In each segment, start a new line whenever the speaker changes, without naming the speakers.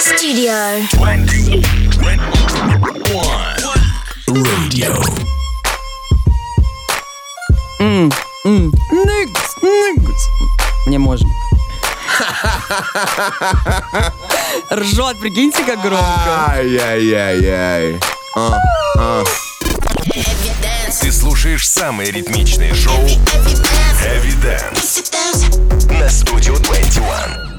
Studio.
20, 21 Radio.
Нигс, нигс. Не можем. Ржет, прикиньте, как громко.
Ай-яй-яй-яй. А, а.
Ты слушаешь самое ритмичное шоу Heavy Dance на Studio 21.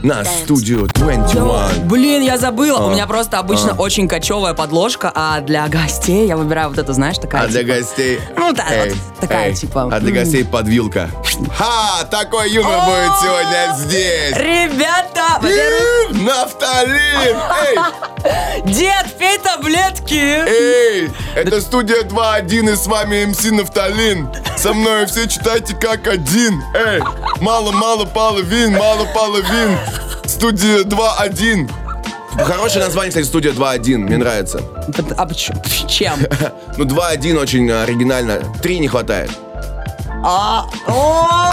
На студию 21.
Блин, я забыла. У меня просто обычно очень кочевая подложка, а для гостей я выбираю вот это, знаешь, такая.
А для
типа,
гостей...
Ну, да,
Эй,
вот такая,
эй.
типа,
А для гостей подвилка. Ха! Такой юмор будет сегодня здесь.
Ребята, во-первых,
М, Нафталин!
дед, пей таблетки.
Эй! Эй! Это студия 2.1 и с вами МС Нафталин. Со мной все читайте как один. Эй! Мало-мало половин, мало половин. Студия 2.1. Хорошее название, кстати, студия 2.1. Мне нравится.
А почему? Чем?
Ну, 2-1 очень э, оригинально. 3 не хватает.
А, о,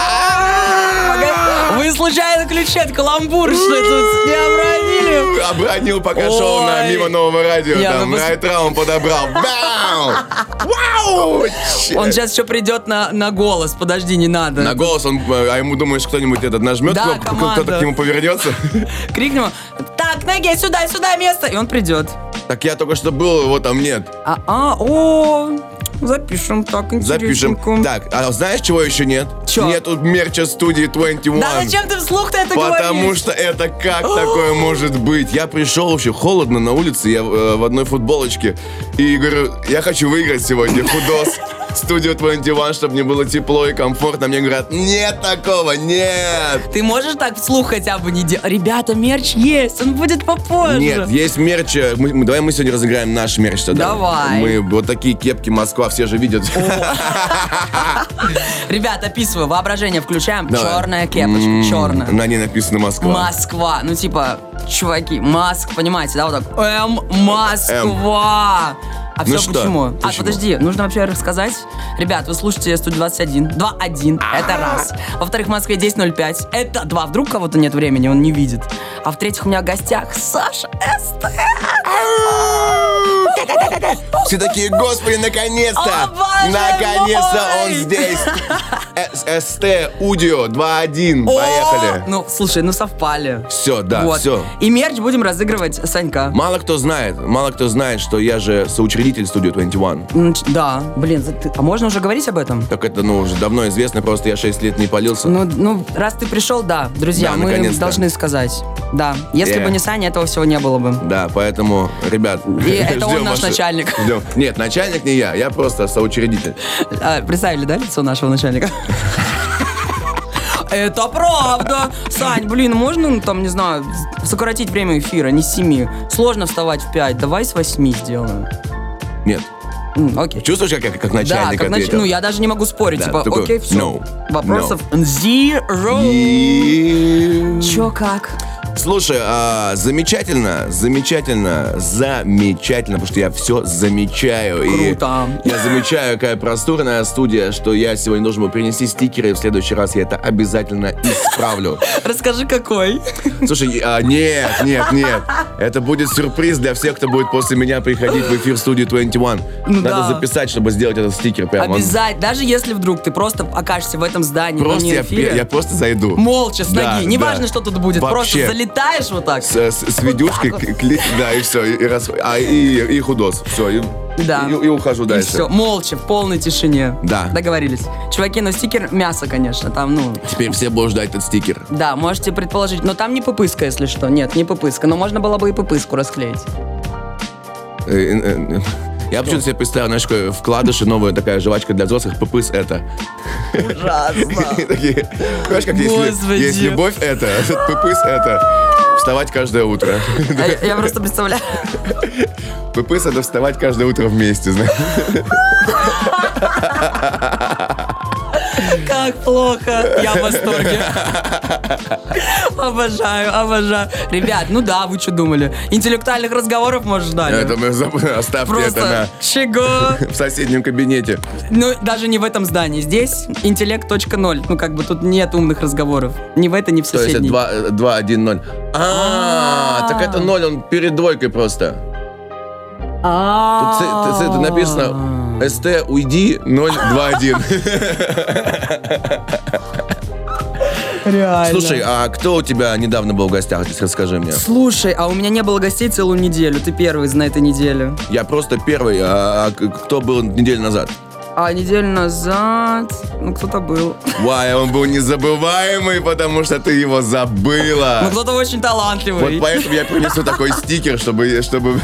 погоди, Вы случайно ключи от каламбур, что ли, тут не обронили?
Обронил, пока
Ой. ну,
шел на мимо нового радио.
Я
там
бы пос-
райтраун подобрал. Бау! Вау! Черт.
Он сейчас еще придет на, на голос, подожди, не надо.
На голос он, э, а ему думаешь, кто-нибудь этот нажмет,
Да,
кнопку,
команда.
кто-то к нему повернется.
Крикнем, так, ноги, сюда, сюда место, и он придет.
Так я только что был, его там нет.
А, а, о, запишем, так,
Запишем.
интересненько.
Так, а знаешь, чего еще нет?
Чё?
Нету мерча студии 21.
Да зачем ты вслух-то это
Потому
говоришь?
что это как такое может быть? Я пришел вообще холодно на улице, я э, в одной футболочке. И говорю, я хочу выиграть сегодня худос. Студию 21, чтобы мне было тепло и комфортно. Мне говорят, нет такого, нет.
Ты можешь так вслух хотя бы не делать? Ребята, мерч есть, он будет попозже.
Нет, есть мерч. э, мы- мы- давай мы сегодня разыграем наш мерч тогда.
Давай.
Мы вот такие кепки Москва, все же видят.
Ребят, описываю, воображение включаем.
Давай.
Черная кепочка,
М,
черная.
На ней написано Москва.
Москва. Ну, типа, чуваки, Маск, понимаете, да, вот так. М, Москва. А
Ну
все
что,
почему? А,
почему?
подожди, нужно вообще рассказать. Ребят, вы слушаете 121. 2-1,
А.
это раз. Во-вторых, в Москве 10.05. Это два. Вдруг кого-то нет времени, он не видит. А в-третьих, у меня в гостях Саша СТ.
Все такие, господи, наконец-то!
О, боже
Наконец-то он
мой!»
здесь! СТ Удио 2.1, поехали!
Ну, слушай, ну совпали.
Все, да,
Вот.
все.
И мерч будем разыгрывать, Санька.
Мало кто знает, мало кто знает, что я же соучредитель студии 21.
М, ч- Да, блин, за- ты- а можно уже говорить об этом?
Так это, ну, уже давно известно, просто я 6 лет не полился.
Ну, ну, раз ты пришел, да, друзья,
Да,
мы
наконец-то.
должны сказать. Да. Если
Э.
бы не Саня, этого всего не было бы.
Да, поэтому, ребят,
И это он
ждем
наш
ваши-
начальник.
ждем. Нет, начальник не я, я просто соучредитель.
А, представили, да, лицо нашего начальника? Это правда. Сань, блин, можно, ну, там, не знаю, сократить время эфира, не с 7. Сложно вставать в 5. Давай с 8 сделаем.
Нет.
М, Окей.
Чувствуешь, как, как
Да,
начальник
как нач-
ответил?
Ну, я даже не могу спорить.
Да,
Типа,
такой,
окей, все.
no,
Вопросов zero.
И-
Чё, как?
Слушай, а, замечательно, замечательно, замечательно, потому что я все замечаю.
Круто.
И я замечаю, какая просторная студия, что я сегодня должен был принести стикеры, и в следующий раз я это обязательно исправлю.
Расскажи, какой.
Слушай, а, нет, нет, нет. Это будет сюрприз для всех, кто будет после меня приходить в эфир студии 21.
Ну
Надо
да.
записать, чтобы сделать этот стикер прямо. Он-
Обязательно. Даже если вдруг ты просто окажешься в этом здании, но
Просто
не в
я,
эфире.
пе- я просто зайду.
Молча, с
Да,
ноги.
да.
Неважно, что тут будет. Просто
Вообще.
залетаешь вот так.
с, с- с видюшкой, к- клик, да, и все, и, раз- а, и, и худос, все, и,
Да.
и, и ухожу
И
дальше.
все, молча, в полной тишине.
Да.
Договорились. Чуваки, но стикер мясо, конечно, там, ну...
Теперь все будут ждать этот стикер.
Да, можете предположить, но там не пупыска, если что. Нет, не пупыска, но можно было бы и пупыску расклеить.
Э, э, э, Я почему-то себе представил, знаешь, такое вкладыши, новая такая жвачка для взрослых, ппс это.
Ужасно.
И такие, Знаешь, как есть, лю-
Господи.
есть любовь это, а тут ппс это. Вставать каждое утро.
А Я я просто представляю.
Ппс это вставать каждое утро вместе, знаешь.
Как плохо. Я в восторге. Обожаю, обожаю. Ребят, ну да, вы что думали? Интеллектуальных разговоров, может, ждали?
Это мы забыли, оставьте
Просто
это
чего?
на, в соседнем кабинете.
Ну, даже не в этом здании. Здесь интеллект точка ноль. Ну, как бы тут нет умных разговоров. Ни в это, ни в
То есть это
соседней.
2, 1, 0. А, так это ноль, он перед двойкой просто. Тут ц-
А.
ц- это написано СТ, уйди, 021.
Реально.
Слушай, а кто у тебя недавно был в гостях, расскажи мне?
Слушай, а у меня не было гостей целую неделю. Ты первый на этой неделе.
Я просто первый, а, а к- кто был неделю назад?
А неделю назад... Ну, кто-то был.
Вай, он был незабываемый, потому что ты его
Ну,
забыла.
кто-то очень
А. Вот
талантливый.
поэтому я принесу такой стикер, чтобы... чтобы...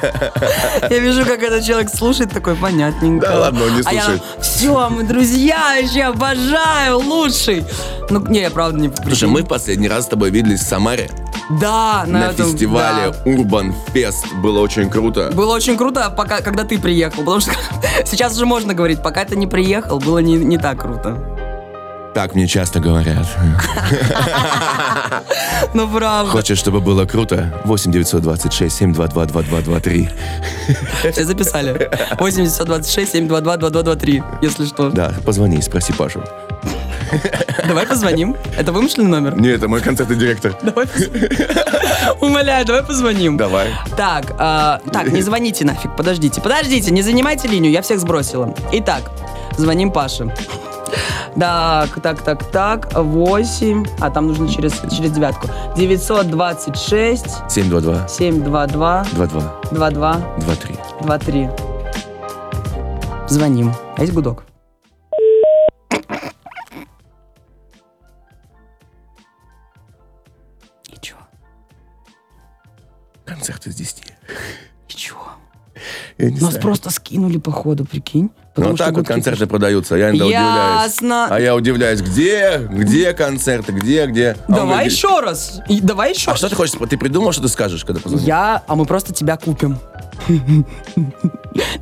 Я вижу, как этот человек слушает, такой понятненько. А
Да ладно, он не слушает.
Все, мы друзья, вообще обожаю, лучший. Ну, не, я правда не
Слушай, мы в последний раз с тобой виделись в Самаре
Да, на,
на
этом-
фестивале
да.
Urban Fest. Было очень круто.
Было очень круто, пока, когда ты приехал, потому что сейчас уже можно говорить, пока ты не приехал, было не, не так круто.
Так мне часто говорят.
Ну, правда.
Хочешь, чтобы было круто? 8 926 722 2223.
Все записали. 826 722 2223, если что.
Да, позвони и спроси Пашу.
Давай позвоним. Это вымышленный номер?
Не, это мой концертный директор.
Давай позвоним. Умоляю, давай позвоним.
Давай.
Так, а, так, не звоните нафиг, подождите. Подождите, не занимайте линию, я всех сбросила. Итак, звоним Паше. Так, так, так, так, 8, а там нужно через, через девятку. 926
722
722
22
22
23.
23. Звоним. А есть гудок? Ничего,
Концерт из 10.
ничего.
Я не
Нас
знаю.
просто скинули, походу, прикинь. Потому
Ну
что
так вот
гудки
концерты продаются, я иногда удивляюсь.
Ясно.
А я удивляюсь, где, где концерты, где, где. А он
Давай
говорит,
еще раз. И давай еще
А
раз.
что ты хочешь, ты придумал, что ты скажешь, когда позвонишь?
Я, а мы просто тебя купим.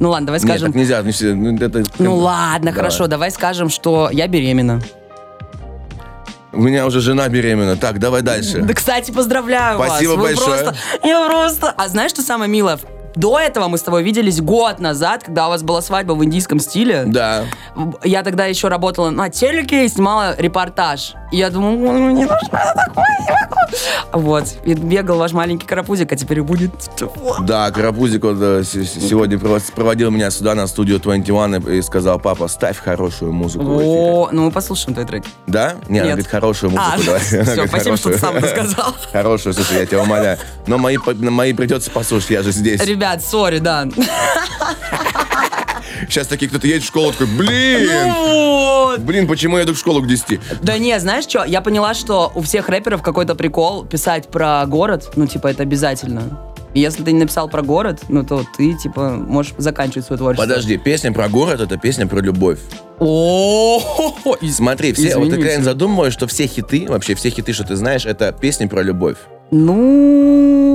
Ну ладно, давай
Нет, так
скажем.
нельзя, ну, все, ну, это...
Ну ладно,
Давай.
хорошо, давай скажем, что я беременна.
У меня уже жена беременна, так, давай дальше.
Да, кстати, поздравляю
Спасибо
вас. Вы
большое.
Просто, я просто... А знаешь, что самое милое? До этого мы с тобой виделись год назад, когда у вас была свадьба в индийском стиле.
Да.
Я тогда еще работала на телеке и снимала репортаж. И я думала, «Ой, мне нужно такое, не могу». Вот. И бегал ваш маленький карапузик, а теперь будет...
Да, Карапузик вот, э, с- с- сегодня прово- проводил меня сюда, на студию 21, и и сказал, папа, ставь хорошую музыку в эфире».
О, ну мы послушаем твой трек.
Да? Не,
Нет.
она говорит, хорошую музыку,
А,
давай.
всё,
Она говорит,
спасибо, что ты сам
«Хорошую».
рассказал.
Хорошую, слушай, я тебя умоляю. Но мои, по- мои придется послушать, я же здесь.
Ребят, сори, да.
Сейчас такие кто-то едет в школу, такой, блин!
Ну. Вот.
Блин, почему я иду в школу к 10?
Да не, знаешь что, я поняла, что у всех рэперов какой-то прикол писать про город, ну типа это обязательно. И если ты не написал про город, ну то ты типа можешь заканчивать свое творчество.
Подожди, песня про город это песня про любовь.
О,
Смотри, все, вот ты
Извините.
реально задумываешь, что все хиты, вообще все хиты, что ты знаешь, это песни про любовь.
ну.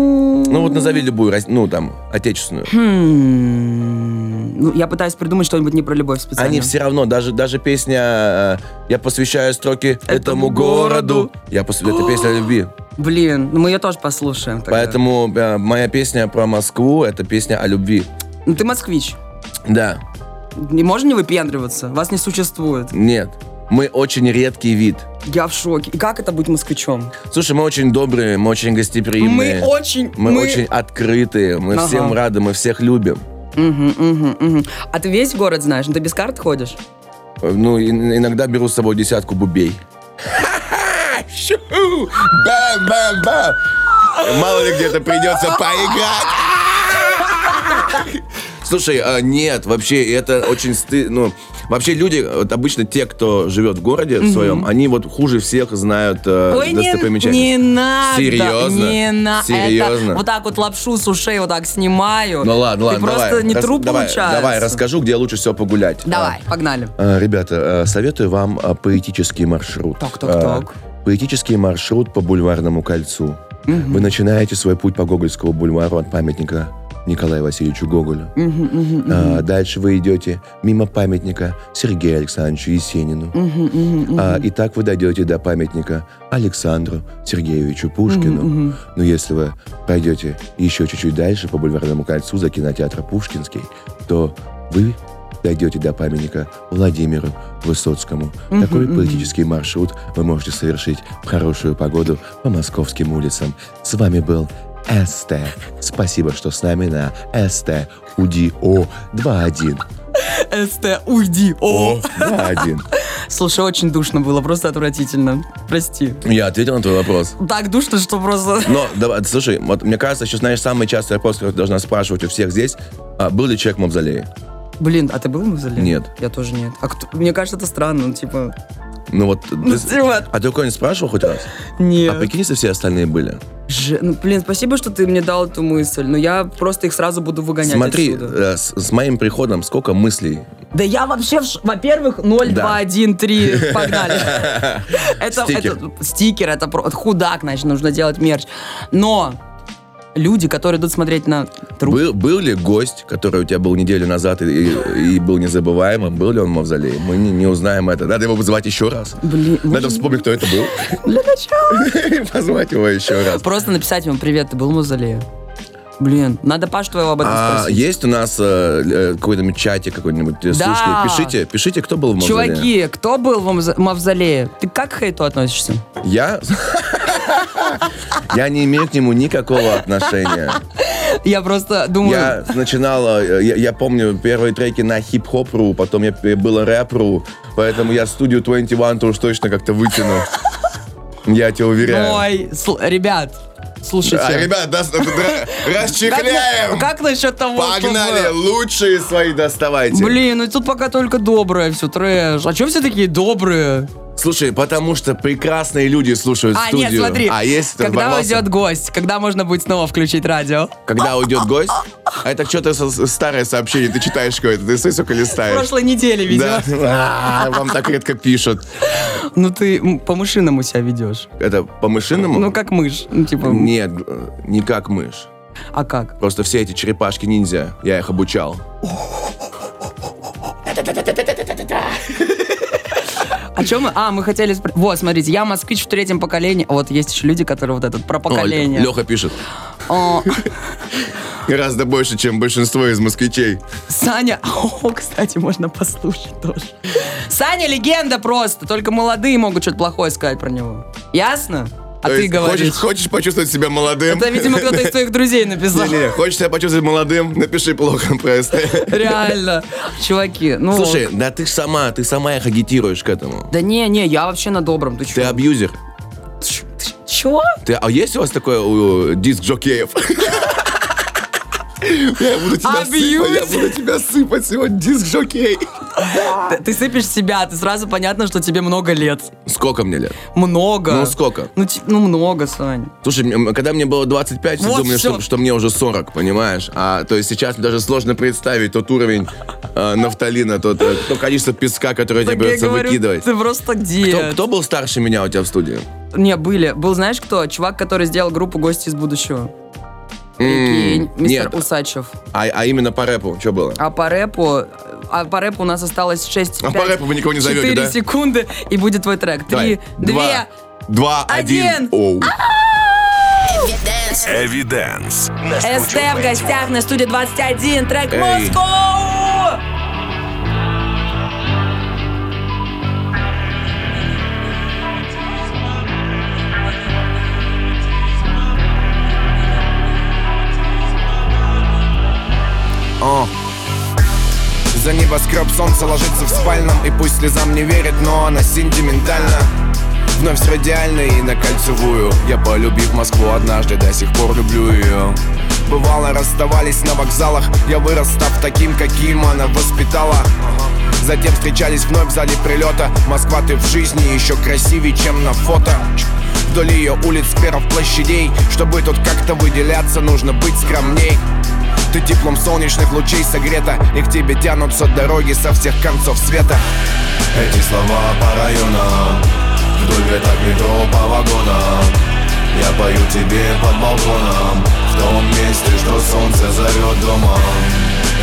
Ну вот назови любую, рас- ну там, отечественную.
Хм. Ну, я пытаюсь придумать что-нибудь не про любовь специально.
Они все равно, даже, даже песня э, «Я посвящаю строки этому
Этому
городу»,
городу.
я посв- это песня о любви.
Блин, ну мы ее тоже послушаем. тогда.
Поэтому э, моя песня про Москву — это песня о любви.
Ну ты москвич.
Да,
Не можешь не выпендриваться. Вас не существует.
нет, мы очень редкий вид.
Я в шоке. И как это быть москвичом?
Слушай, мы очень добрые, мы очень гостеприимные.
Мы очень...
Мы, очень открытые, мы
Ага.
всем рады, мы всех любим.
Мгм, мгм, мгм. А ты весь город знаешь? Ну, ты без карт ходишь?
Ну, и- иногда беру с собой десятку бубей. Щу! Бам-бам-бам! Мало ли где-то придется поиграть. Слушай, а, нет, вообще, это очень стыдно. Ну, вообще люди, вот обычно те, кто живет в городе в своем, они вот хуже всех знают э, достопримечательности.
не надо.
Серьезно?
Не на- это
Серьезно?
вот так вот лапшу с ушей вот так снимаю.
Ну ладно, ладно,
Ты
давай.
просто не
Рас-
труп
давай,
получается.
Давай, расскажу, где лучше всего погулять. А,
Давай, погнали.
Э, Ребята, э, советую вам э, поэтический маршрут.
Так, так,
Э,
так.
Поэтический маршрут по Бульварному кольцу. Вы начинаете свой путь по Гогольскому бульвару от памятника Николаю Васильевичу Гоголю.
Мгм, мгм, мгм.
А, Дальше вы идете мимо памятника Сергею Александровичу Есенину.
Мгм, мгм, мгм.
А, и так вы дойдете до памятника Александру Сергеевичу Пушкину.
Мгм, мгм.
Но если вы пойдете еще чуть-чуть дальше по Бульварному кольцу за кинотеатра Пушкинский, то вы дойдете до памятника Владимиру Высоцкому. Такой поэтический маршрут вы можете совершить в хорошую погоду по московским улицам. С вами был СТ. Спасибо, что с нами на СТ УДИО 21.
СТ, уйди. О.
21.
Слушай, очень душно было, просто отвратительно. Прости.
Я ответил на твой вопрос.
Так душно, что просто...
Но, давай, слушай, вот мне кажется, еще, знаешь, самый частый вопрос, который должна спрашивать у всех здесь, а, был ли человек в мавзолее?
Блин, а ты был в мавзолее?
Нет.
Я тоже нет. А кто- Мне кажется, это странно, ну, типа...
Ну вот,
Ну,
ты, с-
типа,
а ты у кого-нибудь спрашивал хоть раз? А
нет.
прикинь, если все остальные были.
Ж- ну, блин, спасибо, что ты мне дал эту мысль, но я просто их сразу буду выгонять
Смотри,
отсюда.
э, с, с моим приходом сколько мыслей.
Да я вообще, в ш- во-первых, 0,
Да.
2, 1, 3, погнали. Это,
Стикер.
это стикер, это про- худак, значит, нужно делать мерч. Но люди, которые идут смотреть на труп,
Был, был ли гость, который у тебя был неделю назад и, и- и был незабываемым, был ли он в мавзолее? Мы не, не узнаем это. Надо его позвать еще раз.
блин,
Надо вспомнить, кто это был.
для начала.
И позвать его еще раз.
Просто написать ему, привет, ты был в мавзолее? Блин, надо Паш твоего об этом
А
спросить.
есть у нас э, э, какой-нибудь чатик какой-нибудь? э,
Да.
Слушайте, пишите, пишите, кто был в мавзолее.
Чуваки, кто был в мавз- мавзолее? Ты как к хейту относишься?
Я? Я не имею к нему никакого отношения.
Я просто думаю...
Я начинал, э, я, я помню первые треки на хип-хоп.ру, потом я п- был рэп.ру, поэтому я студию 21 -то уж точно как-то вытяну. Я э, тебя уверяю.
Ой, сл- ребят, слушайте.
А, ребят, да, да, да,
как, на-
расчехляем!
ну, как насчет того,
Погнали,
чтобы-
лучшие свои доставайте.
Блин, ну тут пока только доброе все, трэш. А чё все такие добрые?
Слушай, потому что прекрасные люди слушают
А,
студию.
нет, смотри.
А есть этот
когда
ворвался?
уйдет гость, когда можно будет снова включить радио?
Когда уйдет гость?
А это что-то со- старое сообщение, ты читаешь какое-то, ты сука
В
листаешь.
прошлой неделе, видимо.
Да. А, Вам так редко пишут.
Ну ты м, по-мышиному себя ведешь.
Это по-мышиному?
Ну как мышь. Ну типа,
Нет, э, не как мышь.
а как?
Просто все эти черепашки-ниндзя, я их обучал.
О чем мы? А, мы хотели... спр- Вот, смотрите, я москвич в третьем поколении. Вот есть еще люди, которые вот этот про поколение.
Леха пишет.
О,
Гораздо больше, чем большинство из москвичей.
Саня, о, кстати, можно послушать тоже. Саня легенда просто, только молодые могут что-то плохое сказать про него. Ясно? А
То
ты
есть
говоришь.
Хочешь, хочешь почувствовать себя молодым?
Это, видимо, кто-то из твоих друзей написал.
Не-не, хочешь себя почувствовать молодым? Напиши плохо просто.
Реально. Чуваки, ну...
Слушай, да ты ж сама, ты сама их агитируешь к этому.
Да не, не, я вообще на добром. Ты
Ты
чё?
абьюзер.
Ч- ты Чё?
Ты, а есть у вас такое у, э, диск Джокеев?
Я буду тебя сыпать, я
Абьюз.
буду тебя сыпать сегодня, диск жокей.
Ты, ты сыпешь себя, ты сразу понятно, что тебе много лет.
Сколько мне лет?
Много.
Ну, сколько?
Ну, ти- ну, много, Сань.
Слушай, мне- м, когда мне было 25, все
Вот
думали,
всё.
что, что мне уже 40, понимаешь? А то есть сейчас мне даже сложно представить тот уровень э, нафталина, тот, э, то количество песка, которое тебе
Так я
придется
говорю,
выкидывать.
Ты просто где?
Кто, кто был старше меня у тебя в студии?
Не, были. Был, знаешь, кто? Чувак, который сделал группу «Гости из будущего». Прикинь,
М,
мистер
нет.
Усачев.
А, а именно по рэпу, что было?
А по рэпу... А по рэпу у нас осталось 6,
А по рэпу вы никого не зовете, да?
секунды, и будет твой трек. Три,
Давай.
две...
Два, два, один.
один. А,
Оу.
Эвиденс. На
СТ
студию
Э, в гостях на студии 21, трек
Эй.
Moscow!
За небоскреб солнце ложится в спальном И пусть слезам не верит, но она сентиментальна Вновь с радиальной и на кольцевую Я полюбив Москву однажды, до сих пор люблю ее Бывало расставались на вокзалах Я вырос, став таким, каким она воспитала Затем встречались вновь в зале прилета Москва, ты в жизни еще красивее, чем на фото Вдоль ее улиц, перов, площадей Чтобы тут как-то выделяться, нужно быть скромней ты теплом солнечных лучей согрета И к тебе тянутся дороги со всех концов света
Эти слова по районам Вдоль веток метро по вагонам Я пою тебе под балконом В том месте, что солнце зовет домом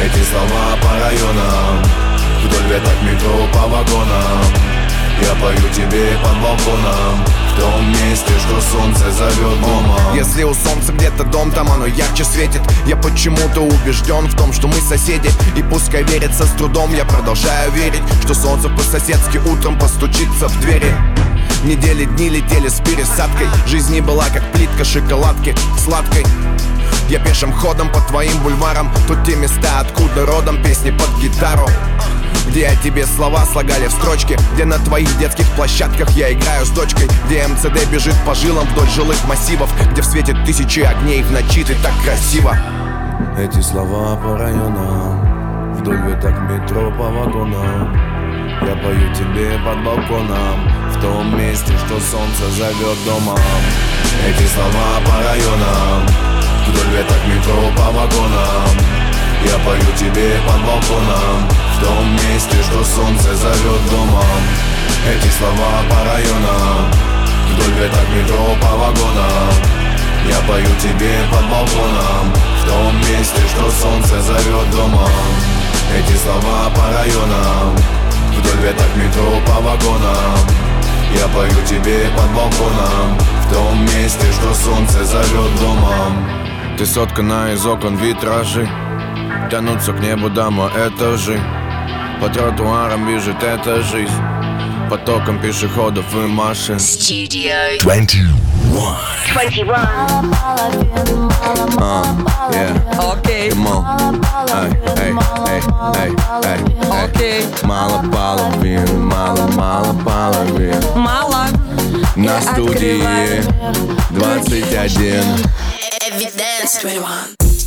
Эти слова по районам Вдоль веток метро по вагонам Я пою тебе под балконом В том месте, что солнце зовет домом
Если у солнца где-то дом, там оно ярче светит Я почему-то убежден в том, что мы соседи И пускай верится с трудом, я продолжаю верить Что солнце по-соседски утром постучится в двери
Недели, дни летели с пересадкой Жизнь не была как плитка шоколадки сладкой я пешим ходом по твоим бульварам Тут те места, откуда родом песни под гитару где о тебе слова слагали в строчке Где на твоих детских площадках я играю с дочкой Где МЦД бежит по жилам вдоль жилых массивов Где в свете тысячи огней в ночи ты так красиво Эти слова по районам Вдоль веток метро по вагонам Я пою тебе под балконом В том месте, что солнце зовет домом Эти слова по районам Вдоль веток метро по вагонам Я пою тебе под балконом В том месте, что солнце зовет домом Эти слова по районам Вдоль веток метро по вагонам Я пою тебе под балконом В том месте, что солнце зовет домом Эти слова по районам Вдоль веток метро по вагонам Я пою тебе под балконом В том месте, что солнце зовет домом Ты соткана из окон витражи Тянутся к небу дома этажи По тротуарам бежит эта жизнь Потоком пешеходов и машин
Studio 21.
А, yeah.
Окей,
Мол. Ай, ай, ай, ай, ай, ай.
окей.
Мало половин, мало, мало половин
Мало.
На студии 21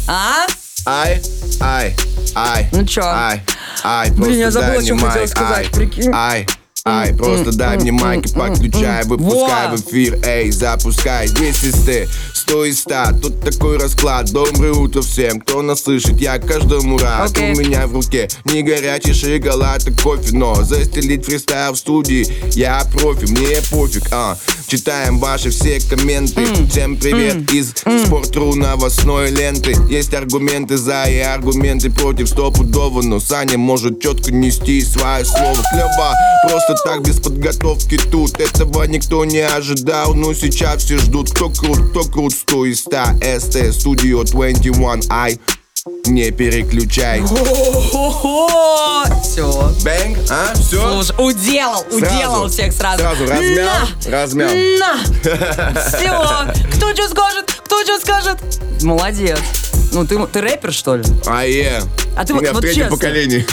А?
Ай, ай, ай
Ну чё?
Ай, ай,
Блин, я
просто
забыла,
дай
о
мне
чём хотела
майк
сказать,
Ай,
прикинь.
ай Ай, просто дай мне майк и подключай Выпускай
Во!
в эфир, эй, запускай Здесь ты, сто из ста Тут такой расклад, доброе утро всем Кто нас слышит, я каждому рад
Окей.
У меня в руке не горячий шоколад и кофе Но застелить фристайл в студии Я профи, мне пофиг, а Читаем ваши все комменты Всем привет из спортру новостной ленты Есть аргументы за и аргументы против стопудово Но Саня может четко нести свое слово Клево, просто так без подготовки тут Этого никто не ожидал, но сейчас все ждут Кто крут, кто крут, 100 из 100 СТ, Studio 21, ай не переключай.
О-хо-хо! Все.
Бэнг, а? Все?
Слушай, уделал, уделал всех сразу.
Сразу размял,
На!
размял.
На! Все. Кто что скажет? Кто что скажет? Молодец. Ну, ты, ты рэпер, что ли?
А е.
А ты
У
вот,
меня в
вот
третьем
честно,
поколении.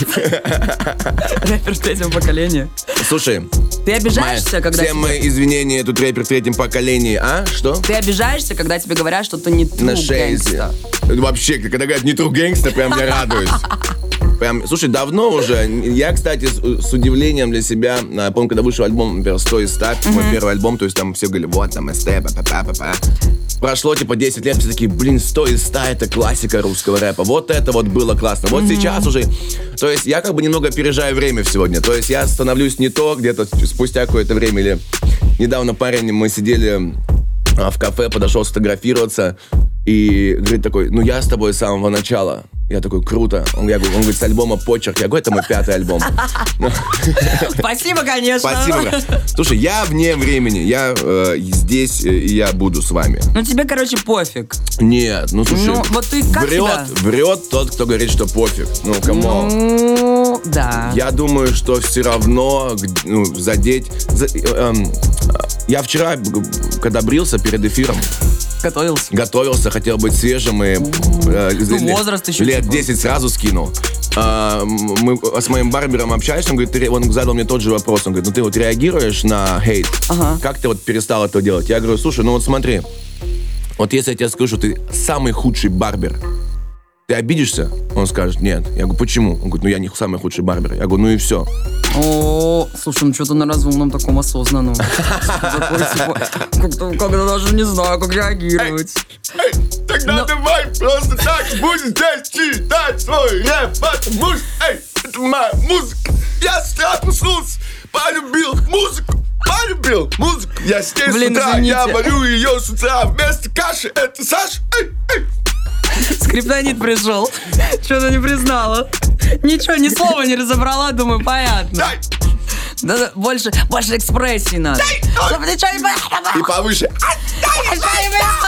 рэпер третьего поколения.
Слушай,
Ты обижаешься,
Майя,
когда...
все
тебе-
мои извинения, тут рэпер в третьем поколении, а? Что?
Ты обижаешься, когда тебе говорят, что ты не
На
true
шейзе.
gangsta?
Вообще, когда говорят не true gangster, прям я радуюсь. Прям, слушай, давно уже. Я, кстати, с, э, с удивлением для себя, а, помню, когда вышел альбом, например, 100 из 100, мой первый альбом, то есть там все говорили, вот там СТ, па па па па Прошло типа 10 лет, все такие, блин, 100 из 100 это классика русского рэпа. Вот это вот было классно. Вот сейчас уже, то есть я как бы немного опережаю время сегодня. То есть я становлюсь не то где-то спустя какое-то время или недавно парень, мы сидели а, в кафе, подошел сфотографироваться, и говорит такой, ну я с тобой с самого начала. Я такой, круто. Он, я говорю, он говорит, с альбома «Почерк». Я говорю, это мой пятый альбом.
Спасибо, конечно.
Спасибо, брат. Слушай, я вне времени. Я э, здесь, э, и я буду с вами.
Ну, тебе, короче, пофиг.
Нет, ну слушай,
Ну, вот ты как себя?
врет, врет тот, кто говорит, что пофиг. Ну, камон.
Ну, да.
Я думаю, что все равно г- ну, задеть... за- э, эм, э, я вчера, г- когда брился перед эфиром,
Готовился.
готовился, хотел быть свежим и э, лет-
Ну, возраст еще
лет
типа.
10 сразу скинул. А, м- мы с моим барбером общались, он говорит, ты ре- он задал мне тот же вопрос, он говорит, ну ты вот реагируешь на хейт,
Ага.
как ты вот перестал это делать? Я говорю, слушай, ну вот смотри, вот если я тебе скажу, что ты самый худший барбер, ты обидишься? Он скажет, нет. Я говорю, почему? Он говорит, ну я не самый худший барбер. Я говорю, ну и все.
О, слушай, ну что-то на разумном таком осознанном. Такой, типа, Как-то как-то даже не знаю, как реагировать.
Тогда
Но-
давай просто так будем здесь читать свой рэп, потому что, эй, это моя музыка. Я страшно слушал, полюбил музыку, полюбил музыку. Я с ней с
Блин,
утра, я
извините.
варю ее с утра вместо каши. Это Саша, эй, эй.
Скриптонит пришел. Что-то не признала. Ничего, ни слова не разобрала, думаю, понятно.
дай,
Да, да, больше, больше экспрессии надо. Чтобы ты чё не понимала.
И повыше.
Чё не понимала.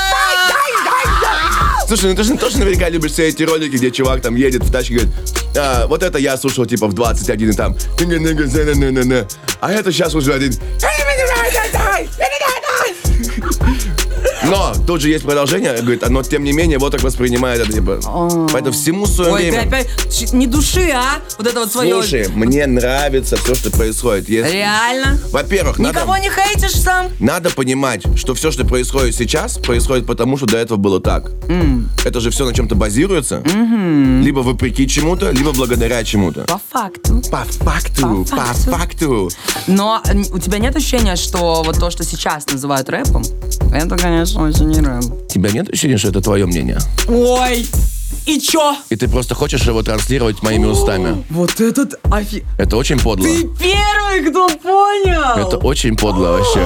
Слушай, ну ты же тоже наверняка любишь все эти ролики, где чувак там едет в тачке и говорит, «А, вот это я слушал типа в 21 и там. «Тынга-нынга, зэ-нэ-нэ-нэ-нэ». А это сейчас уже один. Но тут же есть продолжение, говорит, но тем не менее, вот так воспринимает это, типа. Поэтому всему свое
Ой, ты
время.
опять ч- не души, а? Вот это вот свое.
Слушай, мне нравится все, что происходит. Если-
Реально?
Во-первых, надо,
Никого не хейтишь сам?
надо понимать, что все, что происходит сейчас, происходит потому, что до этого было так. Это же все на чем-то базируется. Либо вопреки чему-то, либо благодаря чему-то.
По факту.
По факту,
По
по
факту.
факту.
Но н- у тебя нет ощущения, что вот то, что сейчас называют рэпом, это, конечно, очень не рэп.
Тебя нет ощущения, что это твое мнение?
Ой! И чё?
И ты просто хочешь его транслировать моими устами.
Вот этот офи...
Это очень подло.
Ты первый, кто понял!
Это очень подло вообще.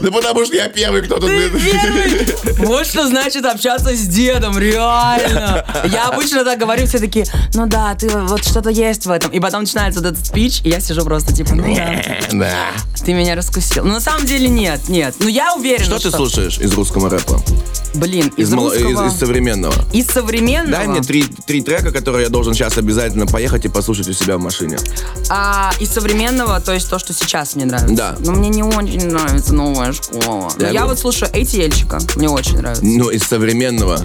Да потому что я первый, кто тут...
Ты
блин.
первый! Вот что значит общаться с дедом, реально. Я обычно так говорю, все такие, ну да, ты вот что-то есть в этом. И потом начинается вот этот спич, и я сижу просто типа, ну да,
Да.
ты меня раскусил. Но на самом деле нет, нет. Ну я уверена,
Что
что...
ты слушаешь из русского рэпа?
Блин, из,
Из, мало- из-
русского...
из современного?
из современного...
Дай мне три, три трека, которые я должен сейчас обязательно поехать и послушать у себя в машине.
А, из современного, то есть то, что сейчас мне нравится.
Да.
Но мне не очень нравится новая школа. Но
Я
Я,
говорю.
вот слушаю ATL-чика, мне очень нравится.
Ну, из современного.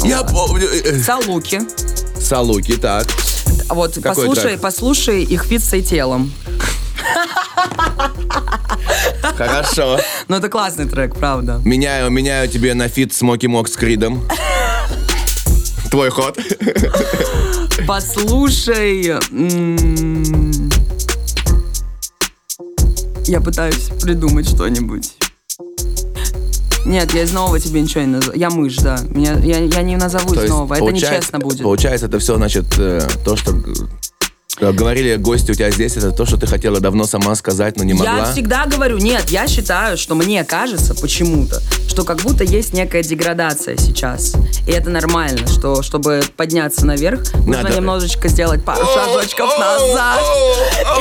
Ну
я помню... э, э,
Салуки.
Салуки, так.
Вот, послушай,
трек?
послушай их фит с ATL.
Хорошо.
Ну, это классный трек, правда.
Меняю, меняю тебе на фит Смоки Мок с Кридом. Твой ход.
Послушай... м, Я пытаюсь придумать что-нибудь. Нет, я из нового тебе ничего не назову. Я мышь, да. Меня, я, я не назову из нового. Это нечестно будет.
Получается, это все, значит, э, то, что г- как говорили гости у тебя здесь, это то, что ты хотела давно сама сказать, но не
Я
могла.
всегда говорю, нет, я считаю, что мне кажется почему-то, что как будто есть некая деградация сейчас. И это нормально, что чтобы подняться наверх, нужно
Надо.
немножечко сделать пару шажочков назад.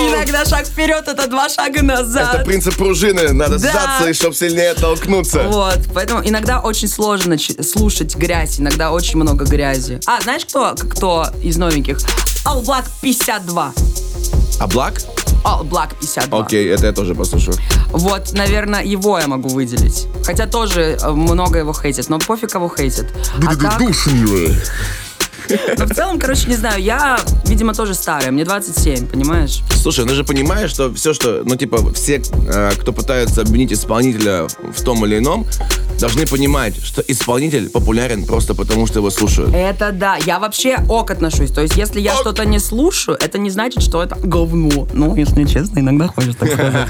Иногда шаг вперед, это два шага
Это
назад.
принцип пружины. Надо
Да.
сжаться, и чтоб сильнее толкнуться.
Вот, поэтому иногда очень сложно ч- слушать грязь, иногда очень много грязи. А, знаешь, кто, кто из новеньких? All Black 52.
Облак?
All Black 52.
А Окей, это я тоже послушаю.
Вот, наверное, его я могу выделить. Хотя тоже э, много его хейтит, но пофиг кого хейтит. А так, но в целом, короче, не знаю, я, видимо, тоже старая, мне 27, понимаешь?
Слушай, ну же понимаешь, что все, что, ну типа, все, э, кто пытаются обвинить исполнителя в том или ином, должны понимать, что исполнитель популярен просто потому, что его слушают.
Это да, я вообще ок отношусь. То есть, если я что-то не слушаю, это не значит, что это говно. Ну, если честно, иногда хочется так сказать.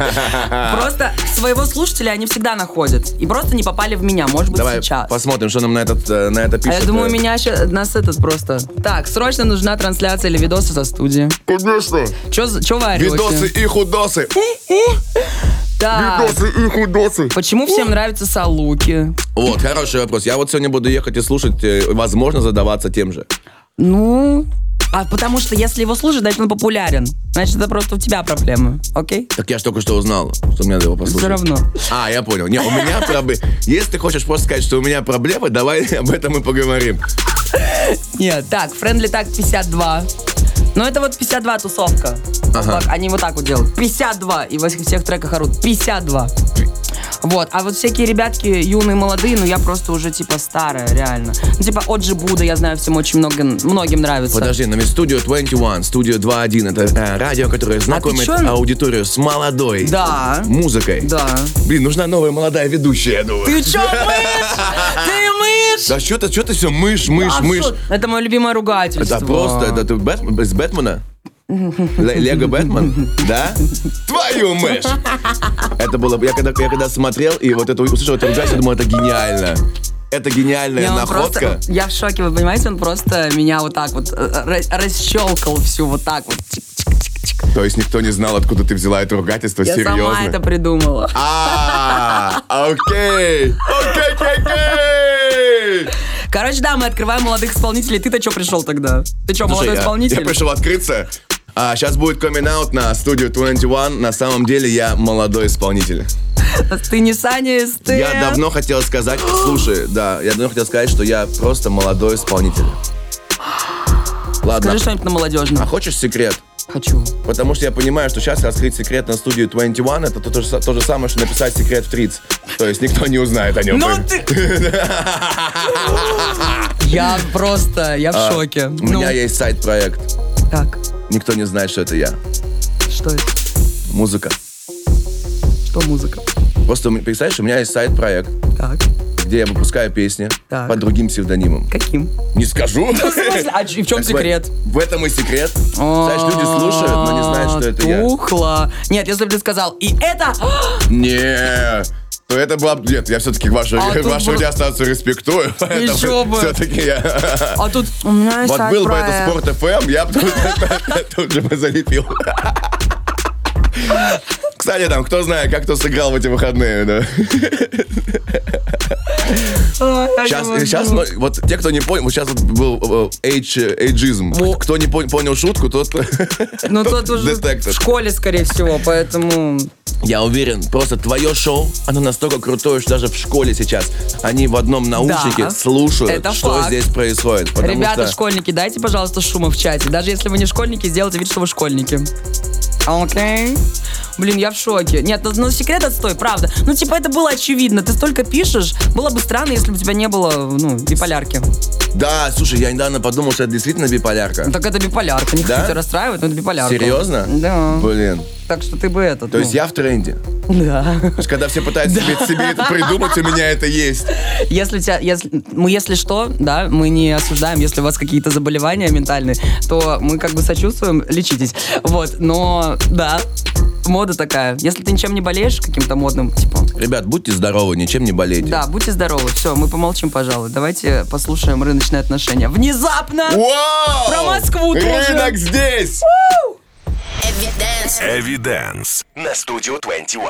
Просто своего слушателя они всегда находят. И просто не попали в меня, может быть,
Давай
сейчас.
посмотрим, что нам на, этот, э, на это
А
пишет.
я думаю,
э,
меня ща- нас этот просто... Так, срочно нужна трансляция или видосы со студии.
Конечно.
Чё, за- чё вы орёте?
Видосы и худосы.
Так,
Видосы и худосы.
почему всем нравятся салуки?
Вот, хороший вопрос. Я вот сегодня буду ехать и слушать, э, возможно, задаваться тем же.
Ну, а потому что если его слушать, значит он популярен. Значит, это просто у тебя проблемы, окей?
Так я же только что узнал, что мне надо его послушать.
Все равно.
А, я понял. Не, у меня проблемы. Если ты хочешь просто сказать, что у меня проблемы, давай об этом и поговорим.
Нет, так, Friendly так 52. Ну, это вот 52 тусовка.
Ага.
Так, Они вот так вот делают. 52. И во всех треках орут. 52. Вот, а вот всякие ребятки юные, молодые, ну я просто уже типа старая, реально. Ну типа Оджи Буда, я знаю, всем очень много, многим нравится.
Подожди, но ведь Studio 21, Studio 21 это э, радио, которое знакомит
А чё?
аудиторию с молодой
Да.
музыкой.
Да.
Блин, нужна новая молодая ведущая, я думаю.
Ты чё, мышь? Ты мышь?
Да что ты, что ты все мышь, мышь,
А
мышь.
что? Это мое любимое ругательство.
Это просто, это ты Бэт- из Бэтмена? Ле- Лего Бэтмен? Да? Твою мышь! Это было, я когда, я когда смотрел и вот это услышал, это ругательство, я думал, это гениально. Это гениальная
Я, он
находка.
просто, я в шоке, вы понимаете, он просто меня вот так вот э, ра- расщелкал всю вот так вот. Типа, Чик-чик-чик.
То есть никто не знал, откуда ты взяла это ругательство,
Я сама это
серьезно.
придумала.
А, окей. Окей, окей, окей.
Короче, да, мы открываем молодых исполнителей. Ты-то что пришел тогда? Ты что,
Слушай,
молодой
я-
Я
исполнитель?
пришел открыться.
сейчас будет камин-аут на студию 21. На самом деле я молодой исполнитель.
Ты не Саня из ты.
Я давно хотел сказать, слушай, да, я давно хотел сказать, что я просто молодой исполнитель. Ладно,
Скажи что-нибудь на
а
молодежном.
хочешь секрет?
Хочу.
Потому что я понимаю, что сейчас раскрыть секрет на студию 21 это то, то же, то же самое, что написать секрет в 30. То есть никто не узнает о нем.
Ну ты... Я просто, я в шоке.
А,
Ну,
У меня есть сайт-проект.
Так,
Никто не знает, что это я.
что это?
Музыка.
Что музыка?
Просто м- представляешь, у меня есть сайт-проект,
Так,
где я выпускаю песни
Так.
под другим псевдонимом.
каким?
Не скажу.
А ч- и в чем
Так вот,
секрет? А,
В этом и секрет. Знаешь, люди слушают, но не знают, что это я.
Тухло. Нет, если бы ты сказал, и это...
Не, то это была... б- Нет, я все-таки вашу,
А тут
вашу
был-
радиостанцию респектую, поэтому
Ещё бы.
все-таки я...
А тут... У меня есть
Вот был бы это
сайт-проект.
Спорт ФМ, я бы тут- тут же бы залепил. Кстати, там, кто знает, как кто сыграл в эти выходные, да.
А, я
Сейчас,
не
сейчас, ну,
могу.
вот те, кто не понял, вот сейчас вот был э, эйдж, э, эйджизм.
Во.
Кто не пон- понял шутку, тот...
Ну, тот уже
детектор.
в школе, скорее всего, поэтому...
Я уверен, просто твое шоу, оно настолько крутое, что даже в школе сейчас они в одном наушнике
Да.
слушают,
Это
что
факт.
здесь происходит. потому
Ребята,
что-
школьники, дайте, пожалуйста, шума в чате. Даже если вы не школьники, сделайте вид, что вы школьники. Окей. Блин, я в шоке. Нет, ну, ну, секрет отстой, правда. Ну, типа, это было очевидно. Ты столько пишешь. Было бы странно, если бы у тебя не было, ну, биполярки.
Да, слушай, я недавно подумал, что это действительно биполярка.
Ну, Так это биполярка. Не
Да?
хочу тебя расстраивать, но это биполярка.
Серьезно?
Да.
Блин.
Так что ты бы этот. ну.
То есть я в тренде. То
Да.
есть когда все пытаются себе, себе это придумать, у меня это есть.
Если у тебя, если, мы, если что, да, мы не осуждаем, если у вас какие-то заболевания ментальные, то мы как бы сочувствуем, лечитесь. Вот, но, да, мода такая. Если ты ничем не болеешь, каким-то модным, типа,
Ребят, будьте здоровы, ничем не болейте.
да, будьте здоровы, все, мы помолчим, пожалуй. Давайте послушаем рыночные отношения. Внезапно!
Вау!
Про Москву тоже.
Рынок здесь!
Эвиденс на студию 21.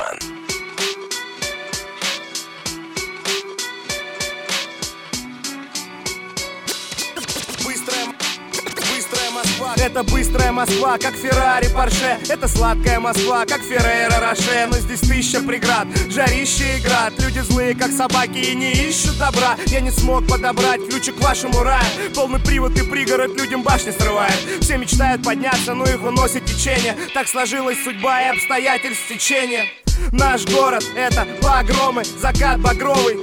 Быстрая, м- быстрая Москва, это быстрая Москва, как Феррари Порше Это сладкая Москва, как Феррейра Роше Но здесь тысяча преград, жарище и град Люди злые, как собаки, и не ищут добра Я не смог подобрать ключик к вашему раю Полный привод и пригород людям башни срывает Все мечтают подняться, но их выносит течение Так сложилась судьба и обстоятельств течения Наш город — это погромы, закат багровый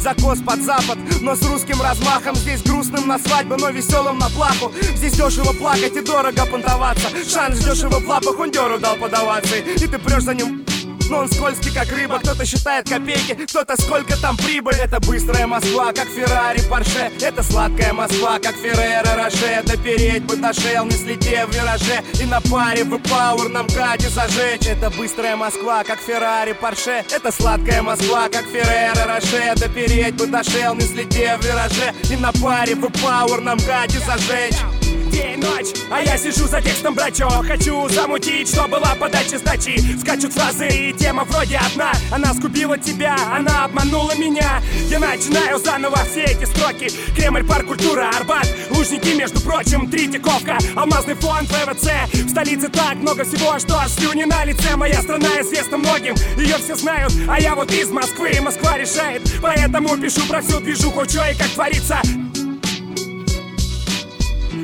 Закос под запад, но с русским размахом Здесь грустным на свадьбу, но веселым на плаху Здесь дешево плакать и дорого понтоваться Шанс дешево в лапах хундеру дал подаваться И ты прешь за ним но он скользкий, как рыба Кто-то считает копейки, кто-то сколько там прибыль Это быстрая Москва, как Феррари Порше Это сладкая Москва, как Феррера Роше Допереть бы дошел, не слетев в вираже И на паре бы пауэр нам кате зажечь Это быстрая Москва, как Феррари Порше Это сладкая Москва, как Феррера Роше Допереть бы дошел, не слетев в вираже И на паре бы пауэр нам кате зажечь День, ночь, а я сижу за текстом, брачо Хочу замутить, что была подача сдачи Скачут фразы и тема вроде одна Она скупила тебя, она обманула меня Я начинаю заново все эти строки Кремль, парк, культура, Арбат Лужники, между прочим, Третьяковка Алмазный фонд, ВВЦ В столице так много всего, что аж слюни на лице Моя страна известна многим, ее все знают А я вот из Москвы, и Москва решает Поэтому пишу про всю движуху, чё и как творится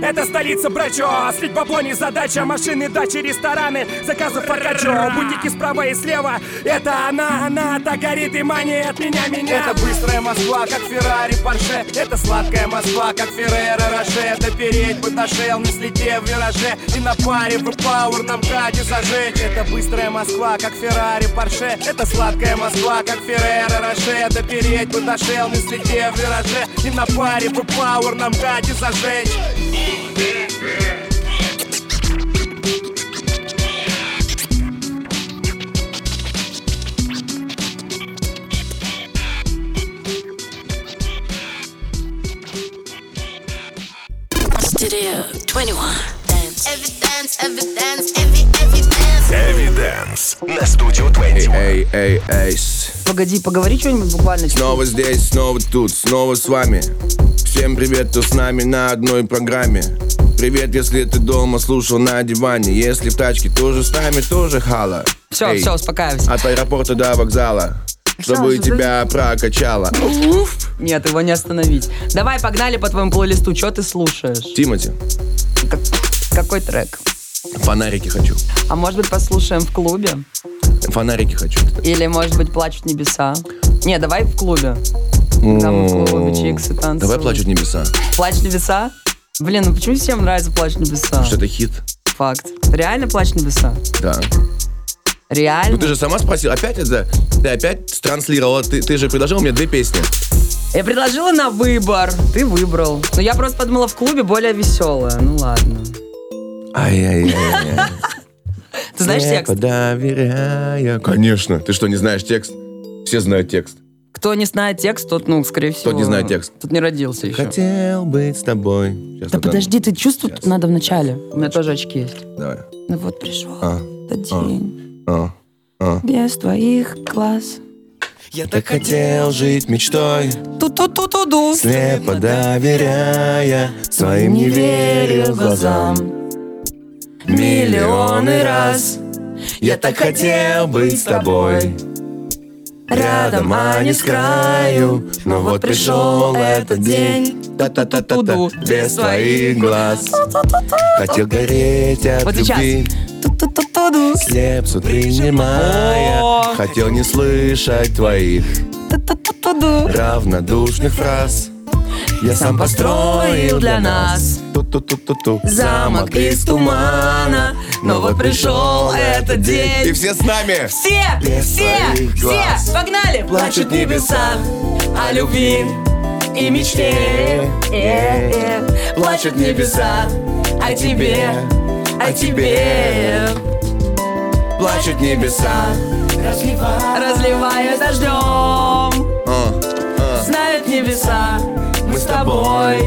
это столица брачо, слить бабло не задача Машины, дачи, рестораны, заказов фаркачо Бутики справа и слева, это она, она Та горит и мания от меня, меня Это быстрая Москва, как Феррари Порше Это сладкая Москва, как Феррера Роше Допереть бы дошел, не слетев в вираже И на паре бы пауэр нам каде зажечь Это быстрая Москва, как Феррари Порше Это сладкая Москва, как Феррера Роше Допереть бы дошел, не слетев в вираже И на паре бы пауэр нам каде зажечь
Studio 21.
Evidence, evidence, every, evidence.
Эвиденс на студию 21.
Эй, эй, эй, с.
Погоди, поговори что-нибудь буквально.
Снова здесь, снова тут, снова с вами. Всем привет, кто с нами на одной программе. Привет, если ты дома слушал на диване. Если в тачке тоже с нами, тоже хала.
Все,
Эй, А.
все, успокаивайся.
От аэропорта до вокзала. Чтобы
Саша,
тебя прокачало.
Нет, его не остановить. Давай, погнали по твоему плейлисту. Что ты слушаешь?
Тимати,
Какой трек?
Фонарики хочу.
А может быть, послушаем в клубе?
Фонарики хочу.
Или, может быть, плачут небеса? Не, давай в клубе. Когда мы в клубе чиксы танцуем.
Давай плачут небеса.
Плачь небеса? Блин, ну почему всем нравится плачь небеса?
Что это хит?
Факт. Реально плачь небеса?
Да.
Реально?
Ну ты же сама спросила. Опять это? Ты опять транслировала. Ты, ты же предложила мне две песни.
Я предложила на выбор. Ты выбрал. Но я просто подумала, в клубе более веселая. Ну ладно.
Ай-яй-яй.
Ты знаешь текст?
Доверяю. Конечно. Ты что, не знаешь текст? Все знают текст.
Кто не знает текст, тот, ну, скорее всего...
не знает текст.
Тот не родился еще.
Хотел быть с тобой. Сейчас
Да
вот так.
подожди, ты чувствуешь, тут надо вначале. У меня тоже очки есть.
Давай.
Ну вот пришел
А,
этот день.
а.
Без твоих глаз.
Я так хотел жить мечтой,
Ту-ту-ту-ту-ду.
слепо доверяя, своим
Не верил глазам. Миллионы раз.
Я так хотел быть с тобой. Рядом, а не с краю, но вот пришел этот день. Та-та-та-та-та, без твоих глаз. Хотел гореть от
Вот сейчас.
любви.
Ту-ту-ту-ту-ду.
Слепцу принимая
О.
Хотел не слышать твоих
Ту-ту-ту-ту-ду.
равнодушных фраз Я сам построил для нас Ту-ту-ту-ту-ту
Замок из тумана. Но вот пришел этот день.
И все с нами
Все, все,
своих глаз
все, погнали! Плачут небеса о любви и мечте. Э, э. Плачут небеса
А
о тебе, о тебе.
Плачут небеса
Разливая дождем,
А,
знают небеса, мы с тобой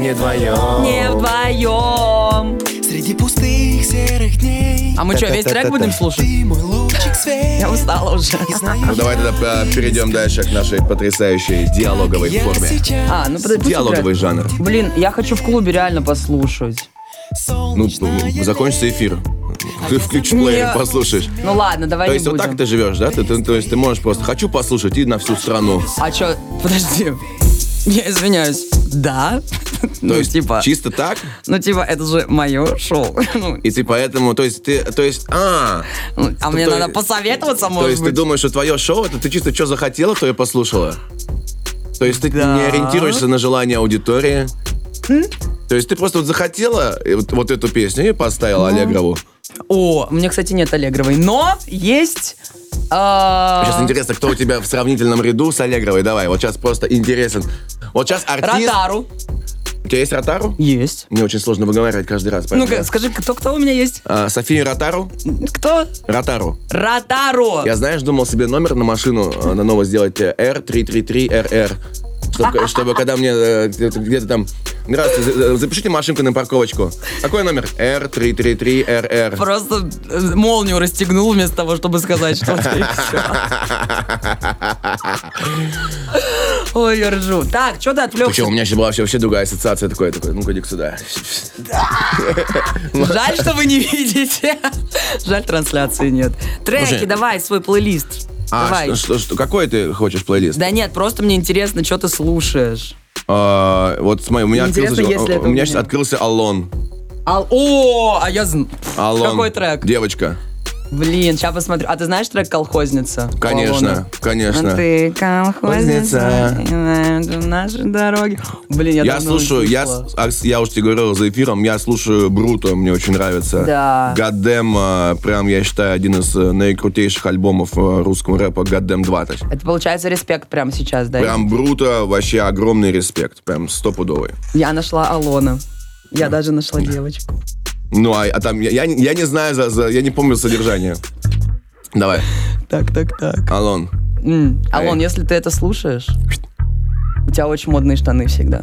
Не вдвоем
не вдвоем.
Среди пустых серых дней
А мы что, весь трек будем слушать?
Ты мой лучик свет
Я устала уже.
Ну давай тогда э, перейдем дальше к нашей потрясающей диалоговой
Я
форме
сейчас
А, ну подожди.
Диалоговый жанр
Блин, я хочу в клубе реально послушать.
Ну,
солнечная
закончится эфир Ты включишь плеер,
Не.
послушаешь
Ну ладно, давай
То
не
есть вот
будем.
так ты живешь, да? Ты, ты- то есть ты можешь просто «хочу послушать» и на всю страну.
А чё, подожди. Я извиняюсь. Да?
То
Ну,
есть
типа,
чисто так,
ну, типа, это же мое шоу. Ну,
и ты поэтому, то есть ты, то есть, а,
ну, А мне
то
надо
есть-
посоветоваться,
то есть
может
ты
быть.
думаешь, что твое шоу, это ты чисто что захотела, то и послушала. То есть ты
Да.
не ориентируешься на желание аудитории. То есть ты просто вот захотела и вот, вот эту песню и
Ну.
поставила Аллегрову.
О, мне, кстати, нет Аллегровой. Но есть... а,
Сейчас интересно, кто у тебя в сравнительном ряду с Аллегровой? Давай, вот сейчас просто интересен. Вот сейчас артист...
Ротару.
У тебя есть Ротару?
Есть.
Мне очень сложно выговаривать каждый раз. поэтому
Ну-ка,
я-
скажи, кто-кто у меня есть?
А, София Ротару?
Кто?
Ротару.
Ротару.
Я, знаешь, думал себе номер на машину э, на новую сделать э, R333RR. Чтобы, чтобы когда мне э, где-то где-то там... Здравствуйте, за- э, запишите машинку на парковочку. Какой номер? R333RR.
Просто э, молнию расстегнул вместо того, чтобы сказать что-то. и всё. Ой, я ржу. Так, что ты отвлекся?
Че, у меня сейчас была вообще, вообще другая ассоциация такой, такой, ну-ка, иди сюда.
Жаль, что вы не видите. Жаль, трансляции нет. Треки,
Слушай.
давай свой плейлист.
А,
Давай.
что, что- что- какой ты хочешь плейлист?
Да нет, просто мне интересно, что ты слушаешь.
А, вот смотри, у меня,
Интересно,
открылся,
если
у,
это
у
у
меня
меня.
сейчас открылся Алон.
Ал- О, а я знаю.
Алон.
Какой трек?
Девочка.
Блин, сейчас посмотрю. А ты знаешь трек «Колхозница»? У Алона?
Конечно, конечно.
А Ты колхозница, в нашей дороге. Блин, я,
Я
давно не
слушаю, я,
слушала.
с- а, с- я уж тебе говорил за эфиром, я слушаю Бруто, мне очень нравится.
Да.
Гаддем, э, прям, я считаю, один из э, наикрутейших альбомов э, русского рэпа Гаддем 2. то есть.
Это получается респект прямо сейчас, да?
Прям Бруто, вообще огромный респект, прям стопудовый.
Я нашла Алона. Я даже нашла девочку.
Ну, а, а там, я, я не- я не знаю, за, за- я не помню содержание. Давай,
Так, так, так.
Алон.
М, Алон,
Эй.
если ты это слушаешь, у тебя очень модные штаны всегда.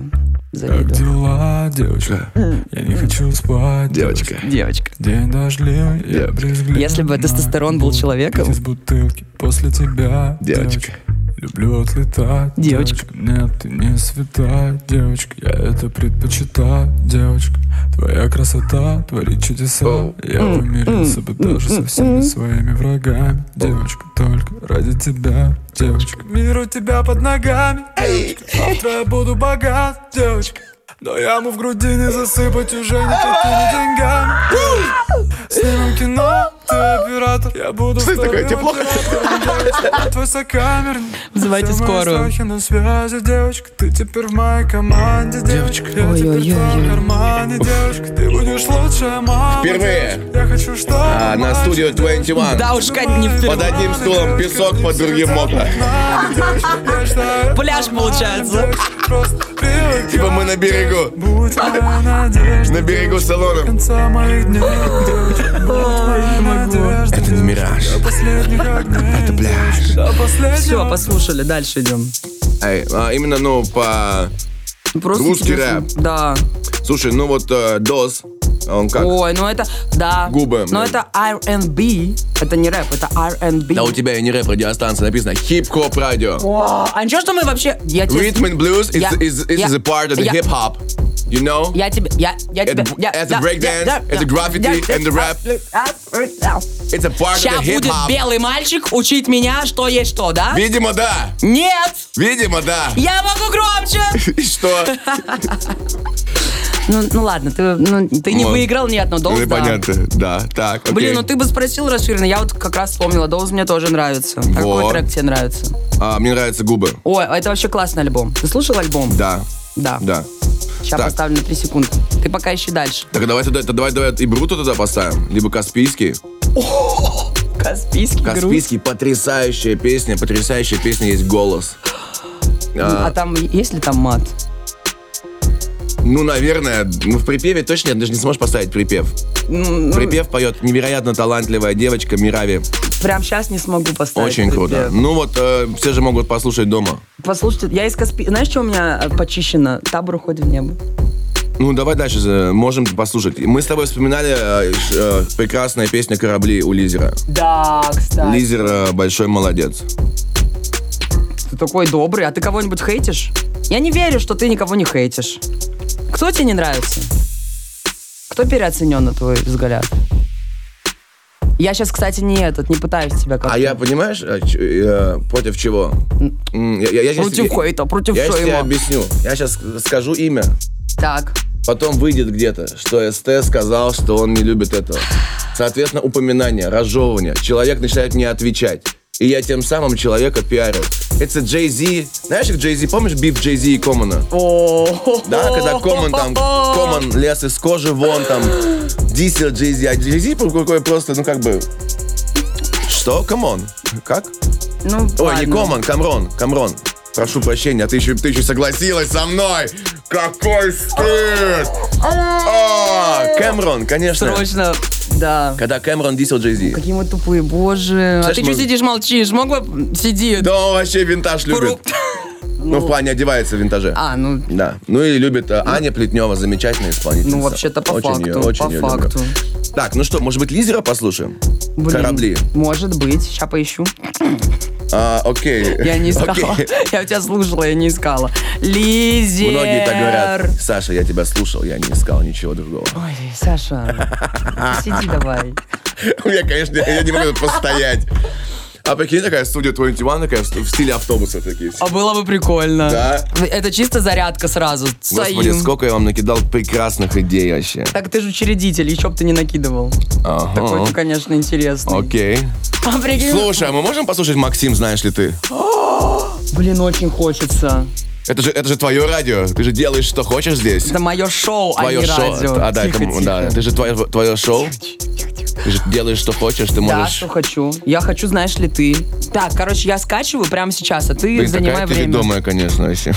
Завидую.
Дела, девочка, я не хочу спать
Девочка.
Девочка.
День дождливый, я брезглив
Если бы тестостерон был человеком,
Из бутылки после тебя
Девочка.
Люблю отлетать
Девочка.
Нет, ты не святая девочка Я это предпочитаю, девочка Твоя красота творит чудеса Я помирился бы даже со всеми своими врагами Девочка, только ради тебя, девочка Мир у тебя под ногами, девочка Завтра я буду богат, девочка Но яму в груди не засыпать уже никакими деньгами Снимем кино, ты оператор Я буду Что
такое, тебе плохо?
Твой сокамерник
Вызывайте
Все мои
скорую.
страхи на связи, девочка Ты теперь в моей команде, девочка Я
Ой-ой-ой-ой.
теперь в твоем кармане, девочка Ты будешь лучшая мама,
Впервые.
девочка. Я хочу, чтобы
А, на студию 21.
Да уж, Кать, не вперед.
Под одним стулом песок, под другим мокро.
Пляж получается.
Типа мы на берегу.
Будь моя надежда
На берегу салона.
конца моих дней, девочка, будь моей надеждой,
Это не мираж.
до последних огней, Это
пляж.
До последнего
Все, послушали, дальше идем.
Ай, а, именно, ну, по...
Просто
Русский
интересно.
рэп.
Да.
Слушай, ну вот э, Дос, он как?
Ой, ну это, да.
Губы.
Но это R&B. Это не рэп, это R&B.
Да у тебя и не рэп радиостанция, написано хип-хоп радио.
О, а ничего, что мы вообще... Я тебе...
Rhythm and blues is,
Я-
is, is
я-
a part of the
я-
hip hop. You know?
Я тебе... Я, я тебе...
Это-
я-
это
да,
breakdance,
да, да,
это
да,
graffiti
да,
and the rap.
да,
It's a part
Сейчас
of the hip
будет
hop.
белый мальчик учить меня, что есть что, да?
Видимо, да.
Нет!
Видимо, да.
Я могу громче!
И что?
Ну, ну ладно, ты, ну, ты не
Ну,
выиграл ни одно
Ну,
доллар.
и понятно. Да, так, окей.
Блин, ну ты бы спросил расширенно. Я вот как раз вспомнила, Доуз мне тоже нравится. А Какой
Вот.
трек тебе нравится?
А, мне нравятся губы.
Ой, а это вообще классный альбом. Ты слушал альбом?
Да,
Да.
да.
Сейчас
Так.
поставлю на 3 секунды. Ты пока ищи дальше.
Так а давай туда, давай, давай и Бруто туда поставим, либо Каспийский.
Каспийский, груз.
Каспийский потрясающая песня, потрясающая песня есть голос.
А там есть ли там мат?
Ну, наверное, ну в припеве точно нет, даже не сможешь поставить припев. ну, Припев поет невероятно талантливая девочка Мирави.
Прям сейчас не смогу поставить.
Очень
припев.
круто. Ну вот, э, все же могут послушать дома.
Послушайте, я из Каспи... Знаешь, что у меня э, почищено? Табор уходит в небо.
Ну, давай дальше э, можем послушать. Мы с тобой вспоминали э, ш- э, прекрасная песня «Корабли» у Лизера.
Да, кстати.
Лизер э, большой молодец.
Ты такой добрый, а ты кого-нибудь хейтишь? Я не верю, что ты никого не хейтишь. Кто тебе не нравится? Кто переоценен, на твой взгляд? Я сейчас, кстати, не этот, не пытаюсь тебя как-то...
А я, понимаешь, э, ч- э, против чего? М, я- я- я щас-
Против
А я-
хейта, против
Я сейчас тебе
шейма.
объясню. Я сейчас скажу имя,
Так.
потом выйдет где-то, что СТ сказал, что он не любит этого. Соответственно, упоминание, разжевывание. Человек начинает мне отвечать. И я тем самым человека пиарю. Это Jay-Z. Знаешь, как Jay-Z, помнишь биф Jay-Z и Комана? Да, когда Коман там, Коман лес из кожи вон там, Дисел Jay-Z. А Jay-Z какой просто, ну как бы, что? Камон. Как?
Ну,
Ой, не
ладно.
Коман, Камрон, Камрон. Прошу прощения, а ты еще, ты еще согласилась со мной. Какой стыд! А, Кэмрон, конечно.
Срочно, да.
Когда Кэмрон дисел Jay-Z.
Какие мы тупые, боже. а
Знаешь,
ты что
мы-
сидишь, молчишь? Мог бы... Сиди.
Да он вообще винтаж любит. Ну, в плане одевается в винтаже.
А, ну,
Да. Ну и любит э, Аня Плетнева, замечательная исполнительница.
ну вообще-то по
Очень
факту,
её- очень
по
её люблю.
факту.
Так, ну что, может быть, лизера послушаем?
Блин,
Корабли.
Может быть, сейчас поищу.
А, окей.
Я не искала.
Окей.
Я у тебя слушала, я не искала. Лизер.
Многие так говорят. Саша, я тебя слушал, я не искал ничего другого.
Ой, Саша, сиди давай.
Я, конечно, я не могу постоять. А прикинь, такая студия 21, такая в в стиле автобуса такие. все.
А было бы прикольно.
Да.
Это чисто зарядка сразу.
Господи,
Стоим.
сколько я вам накидал прекрасных идей вообще.
Так ты же учредитель, еще бы ты не накидывал.
Ага.
Такой, ты, конечно, интересный.
Окей.
А, прикинь,
Слушай, а мы можем послушать Максим, знаешь ли ты?
Блин, очень хочется.
Это же, это же твое радио. Ты же делаешь, что хочешь здесь.
Это мое шоу,
Твое
а не
шоу.
радио.
А, да,
Тихо,
это-
тихо.
да, ты же твое, твое шоу. Ты же делаешь, что хочешь, ты
Да,
можешь.
что хочу. Я хочу, знаешь ли ты. Так, короче, я скачиваю прямо сейчас, а ты
Блин,
занимай
такая
время.
передомая, конечно, вообще.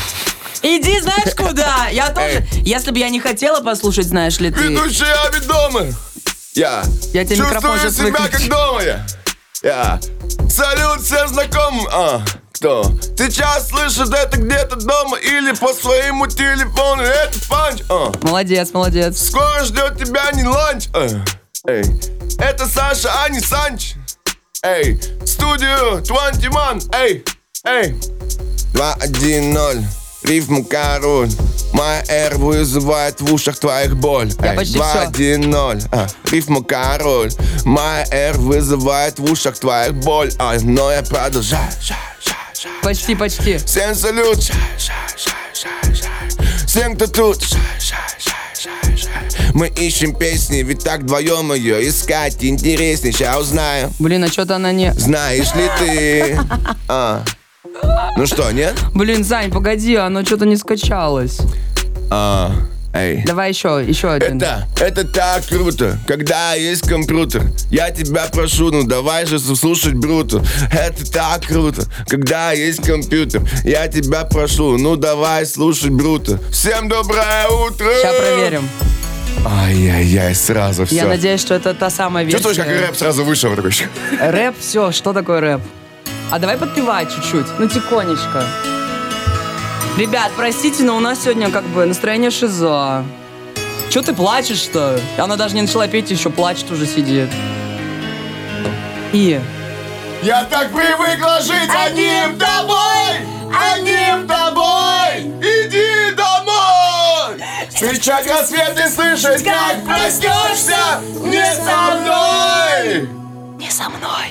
Иди, знаешь куда? Я тоже. Если бы я не хотела послушать, знаешь ли ты.
Ведущая Аби дома. Я.
Я тебе микрофон
Чувствую
сейчас
себя
выключу.
как дома я. Я. Салют всем знакомым. А, кто? Сейчас слышит это где-то дома или по своему телефону. Это панч. А,
Молодец, молодец.
скоро ждет тебя не ланч. А, эй. Это Саша, а не Санч. Эй, студию 21. Эй, эй. 2-1-0. Рифм король. Моя R вызывает в ушах твоих боль.
Я
Эй,
почти
2-1-0. А, рифма король. Моя R вызывает в ушах твоих боль. А, но я продолжаю. Ша, ша, ша.
Почти, почти.
Всем салют. Ша, ша, ша, ша, ша.
Всем, кто тут Мы ищем песни, ведь так вдвоем ее искать интереснее Сейчас узнаю,
Блин, а что-то она не...
знаешь ли ты А. Ну что, нет?
Блин, Сань, погоди, а оно что-то не скачалось.
А, эй
Давай еще, еще один.
Это, это так круто, когда есть компьютер. Я тебя прошу, ну давай же слушать Бруту. Это так круто, когда есть компьютер. Я тебя прошу, ну давай слушать Бруту. Всем доброе утро!
Сейчас проверим.
Ай-яй-яй, сразу все.
Я надеюсь, что это та самая версия.
Чувствуешь, как рэп сразу вышел такой?
Рэп, все, что такое рэп? А давай подпевать чуть-чуть, ну тихонечко. Ребят, простите, но у нас сегодня как бы настроение шиза. Че ты плачешь-то? Она даже не начала петь, еще плачет уже сидит. И...
Я так привыкла жить одним тобой, одним тобой. Иди домой. Встречать рассвет и слышать, как проснешься не со мной.
Не со мной.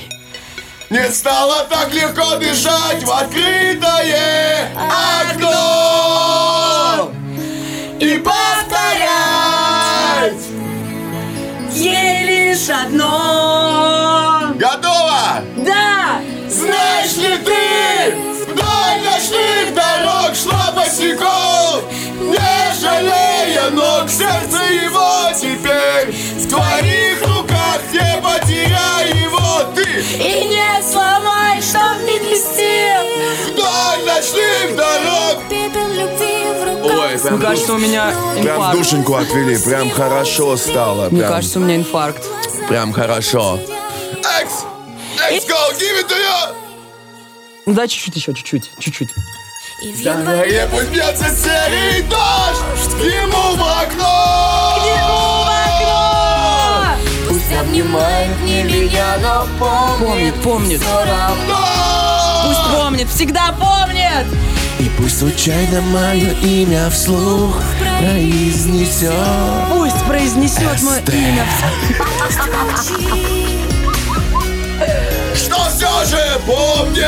Не стало так легко дышать в открытое окно. И повторять.
Ей лишь одно.
Готово.
Да!
Знаешь ли ты, вдоль ночных дорог шла босиком, Не жалея ног, сердце его теперь В твоих руках не потеряй его ты
И не сломай, чтоб не нести
Вдоль ночных дорог
пепел любви в руках.
Ой,
Мне кажется, у меня
прям
инфаркт.
душеньку отвели, прям хорошо стало.
Мне
прям.
кажется, у меня инфаркт.
Прям хорошо.
Экс! Экс, go, give it to you!
Ну да, чуть-чуть еще, чуть-чуть, чуть-чуть.
И в
Не пусть бьется серый дождь Ему в окно!
Пусть обнимает не меня, но
Помнит, помнит.
всё равно.
Пусть помнит, всегда помнит!
И пусть случайно мое имя вслух произнесет.
Пусть произнесет мое имя.
Что все же помнит?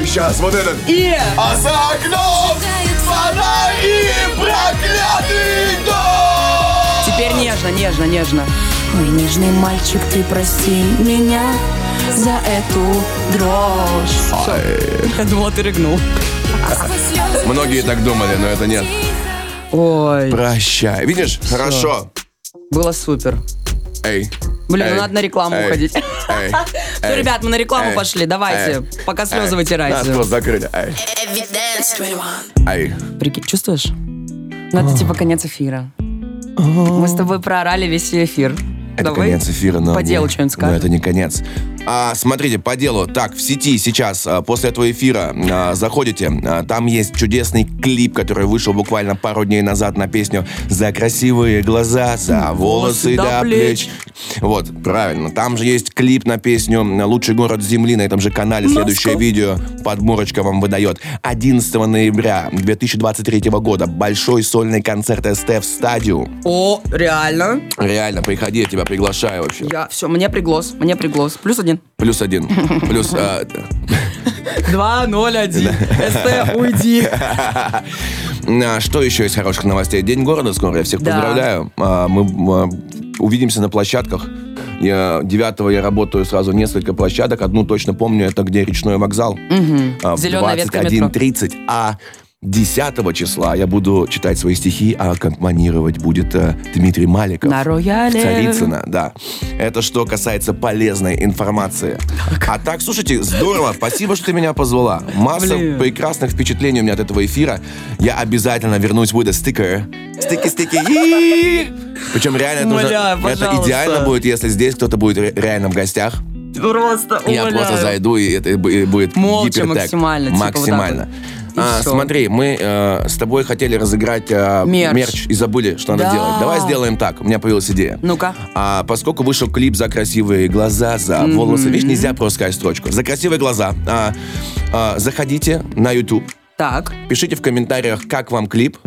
И сейчас вот этот
И...
А за окном фонари проклятый дом!
Теперь нежно, нежно, нежно.
Мой нежный мальчик, ты прости меня за эту дрожь.
Я думал, ты рыгнул.
Многие так думали, но это нет.
Ой,
Прощай. Видишь?
Хорошо.
было супер.
Эй.
Блин,
Эй,
ну надо на рекламу
эй,
уходить.
эй,
Все, ребят, А мы на рекламу
эй,
пошли. Давайте, пока слезы
Нас
вытирайте.
просто закрыли. Эй,
Evidence.
эй.
Прикинь, чувствуешь? Ну
А.
это типа конец эфира. Мы с тобой проорали весь эфир.
Это
Давай.
конец эфира, но...
по
не-
делу что-нибудь
Но
скажем.
это не конец. А, смотрите, по делу. Так, в сети сейчас, а, после этого эфира, а, заходите. а, там есть чудесный клип, который вышел буквально пару дней назад на песню «За красивые глаза, за волосы до плеч». Вот, правильно. Там же есть клип на песню «Лучший город Земли» на этом же канале. Следующее видео подборочка вам выдает. 11 ноября 2023 года большой сольный концерт СТФ «Стадиум».
О, реально?
Реально, приходи, я тебя приглашаю вообще.
Я все, мне приглас, мне приглас. Плюс один.
Плюс один. Плюс... э,
Два, ноль, один. СТ, уйди.
а, Что еще из хороших новостей? День города скоро, я всех
Да.
поздравляю. А, Мы а, увидимся на площадках. Я, 9 я работаю сразу несколько площадок. Одну точно помню, это где речной вокзал. А, в
Зелёная ветка
21.30. А 10 числа я буду читать свои стихи, а аккомпанировать будет э, Дмитрий Маликов.
На рояле.
Царицына, да. Это что касается полезной информации. А так, слушайте, здорово. Спасибо, что ты меня позвала. Масса
Блин.
прекрасных впечатлений у меня от этого эфира. Я обязательно вернусь with a sticker. Стики-стики. И- Причем реально это, нужно-
Умоляю,
это
пожалуйста.
идеально будет, если здесь кто-то будет ре- реально в гостях.
Просто,
Я
умоляю.
просто зайду, и это бу- и будет
Молча
гипертег.
максимально, типа вот так
Максимально.
вот. И
А,
всё.
смотри, мы э, с тобой хотели разыграть э,
Мерч.
мерч. и забыли, что надо
Да.
делать. Давай сделаем так. У меня появилась идея.
Ну-ка.
А поскольку вышел клип за красивые глаза, за волосы, видишь, нельзя просто сказать строчку. За красивые глаза. А, а, заходите на YouTube,
Так,
пишите в комментариях, как вам клип,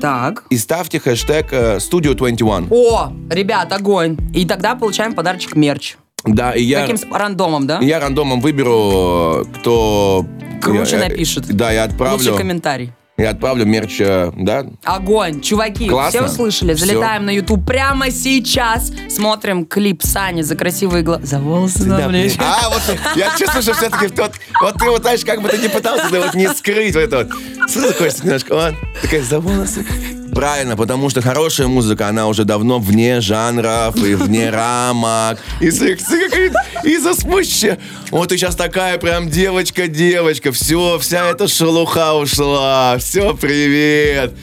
так.
и ставьте хэштег э, Studio 21.
О, ребят, огонь. Э, И тогда получаем подарочек мерч.
Да, и я...
Каким с- рандомом, да?
Я рандомом выберу, кто...
Круче
я- я-
напишет.
Да, я отправлю.
Лучший комментарий.
Я отправлю мерч, э, да?
Огонь, чуваки,
Классно.
все услышали.
Всё.
Залетаем на YouTube прямо сейчас. Смотрим клип Сани за красивые глаза. За волосы на плечи.
А, вот я чувствую, что все-таки тот, вот ты вот знаешь, как бы ты ни пытался, ты вот не скрыть вот это вот. Сразу хочется немножко, вот, такая за волосы. Правильно, потому что хорошая музыка, она уже давно вне жанров и вне рамок. И, с- с- и за спуще. Вот ты сейчас такая прям девочка-девочка. Все, вся эта шелуха ушла. Все, привет.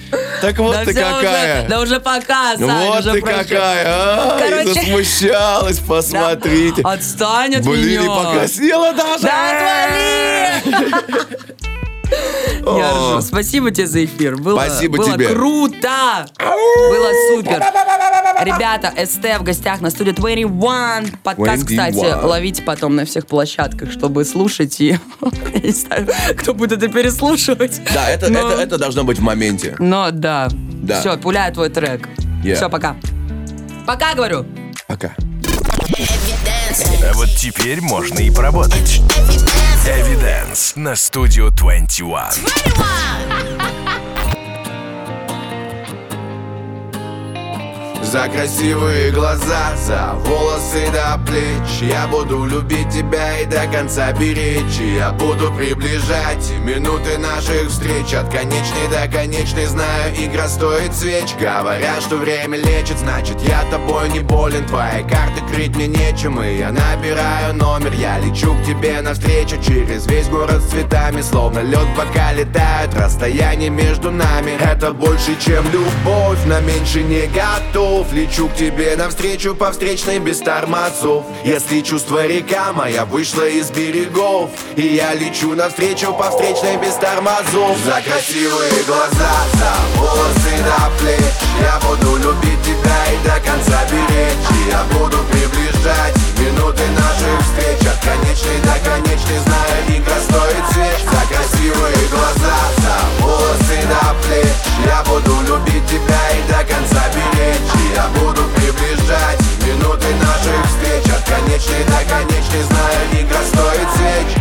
Так вот
да,
ты
всё
какая.
Уже, да уже пока, Сань,
Вот
уже
ты
проще.
какая, а,
Короче.
и засмущалась,
Да. А
посмотрите.
Отстань от
Блин, и
меня.
покраснела даже.
Да отвали! Я
О.
ржу. Спасибо тебе за эфир. Было,
Спасибо
было
тебе.
круто. Было супер. Ребята, СТ в гостях на студии 21. Подкаст,
21.
кстати, ловите потом на всех площадках, чтобы слушать и... Я не знаю, кто будет это переслушивать.
Да, это,
Но-
это, это должно быть в моменте.
Но Ну да.
Да.
Все, пуляю твой трек.
Yeah.
Все, пока. Пока, говорю.
Пока.
А вот теперь можно и поработать. Эвиденс на студию 21.
За красивые глаза, за волосы до плеч Я буду любить тебя и до конца беречь И Я буду приближать минуты наших встреч От конечной до конечной знаю, игра стоит свеч Говорят, что время лечит, значит я тобой не болен Твои карты крыть мне нечем, и я набираю номер Я лечу к тебе навстречу через весь город с цветами Словно лед пока летают, расстояние между нами Это больше, чем любовь, на меньше не готов Лечу к тебе навстречу по встречной без тормозов Если чувство река моя вышла из берегов И я лечу навстречу по встречной без тормозов За красивые глаза, за волосы до плеч Я буду любить тебя и до конца беречь И я буду приближать минуты наших встреч От конечной до конечной, знаю, игра стоит свеч За красивые глаза, за волосы до плеч Я буду любить тебя и до конца беречь И я буду приближать минуты наших встреч От конечной до конечной, знаю, игра стоит свеч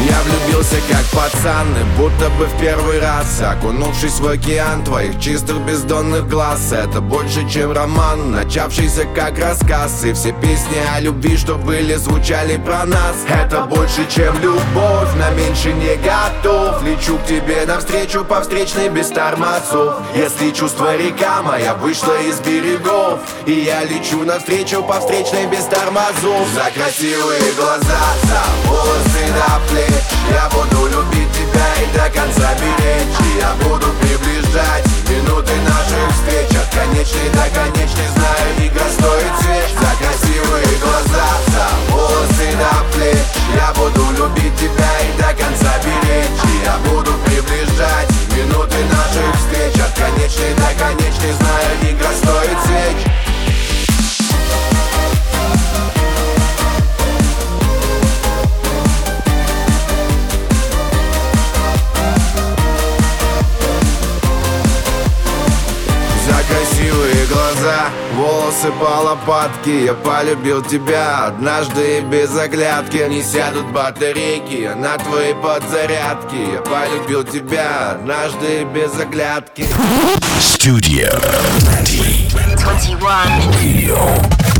Я влюбился как пацан, и будто бы в первый раз Окунувшись в океан твоих чистых бездонных глаз Это больше, чем роман, начавшийся как рассказ И все песни о любви, что были, звучали про нас Это больше, чем любовь, на меньше не готов Лечу к тебе навстречу по встречной без тормозов Если чувство река моя вышла из берегов И я лечу навстречу по встречной без тормозов За красивые глаза, за волосы до плеч Я буду любить тебя и до конца беречь И я буду приближать минуты наших встреч От конечной до конечной, знаю, игра стоит свеч За красивые глаза, за волосы до плеч Я буду любить тебя и до конца беречь И я буду приближать минуты наших встреч От конечной до конечной, знаю, игра стоит свеч За красивые глаза, волосы по лопатке Я полюбил тебя однажды и без оглядки Не сядут батарейки а на твои подзарядки Я полюбил тебя однажды и без оглядки
Studio 21.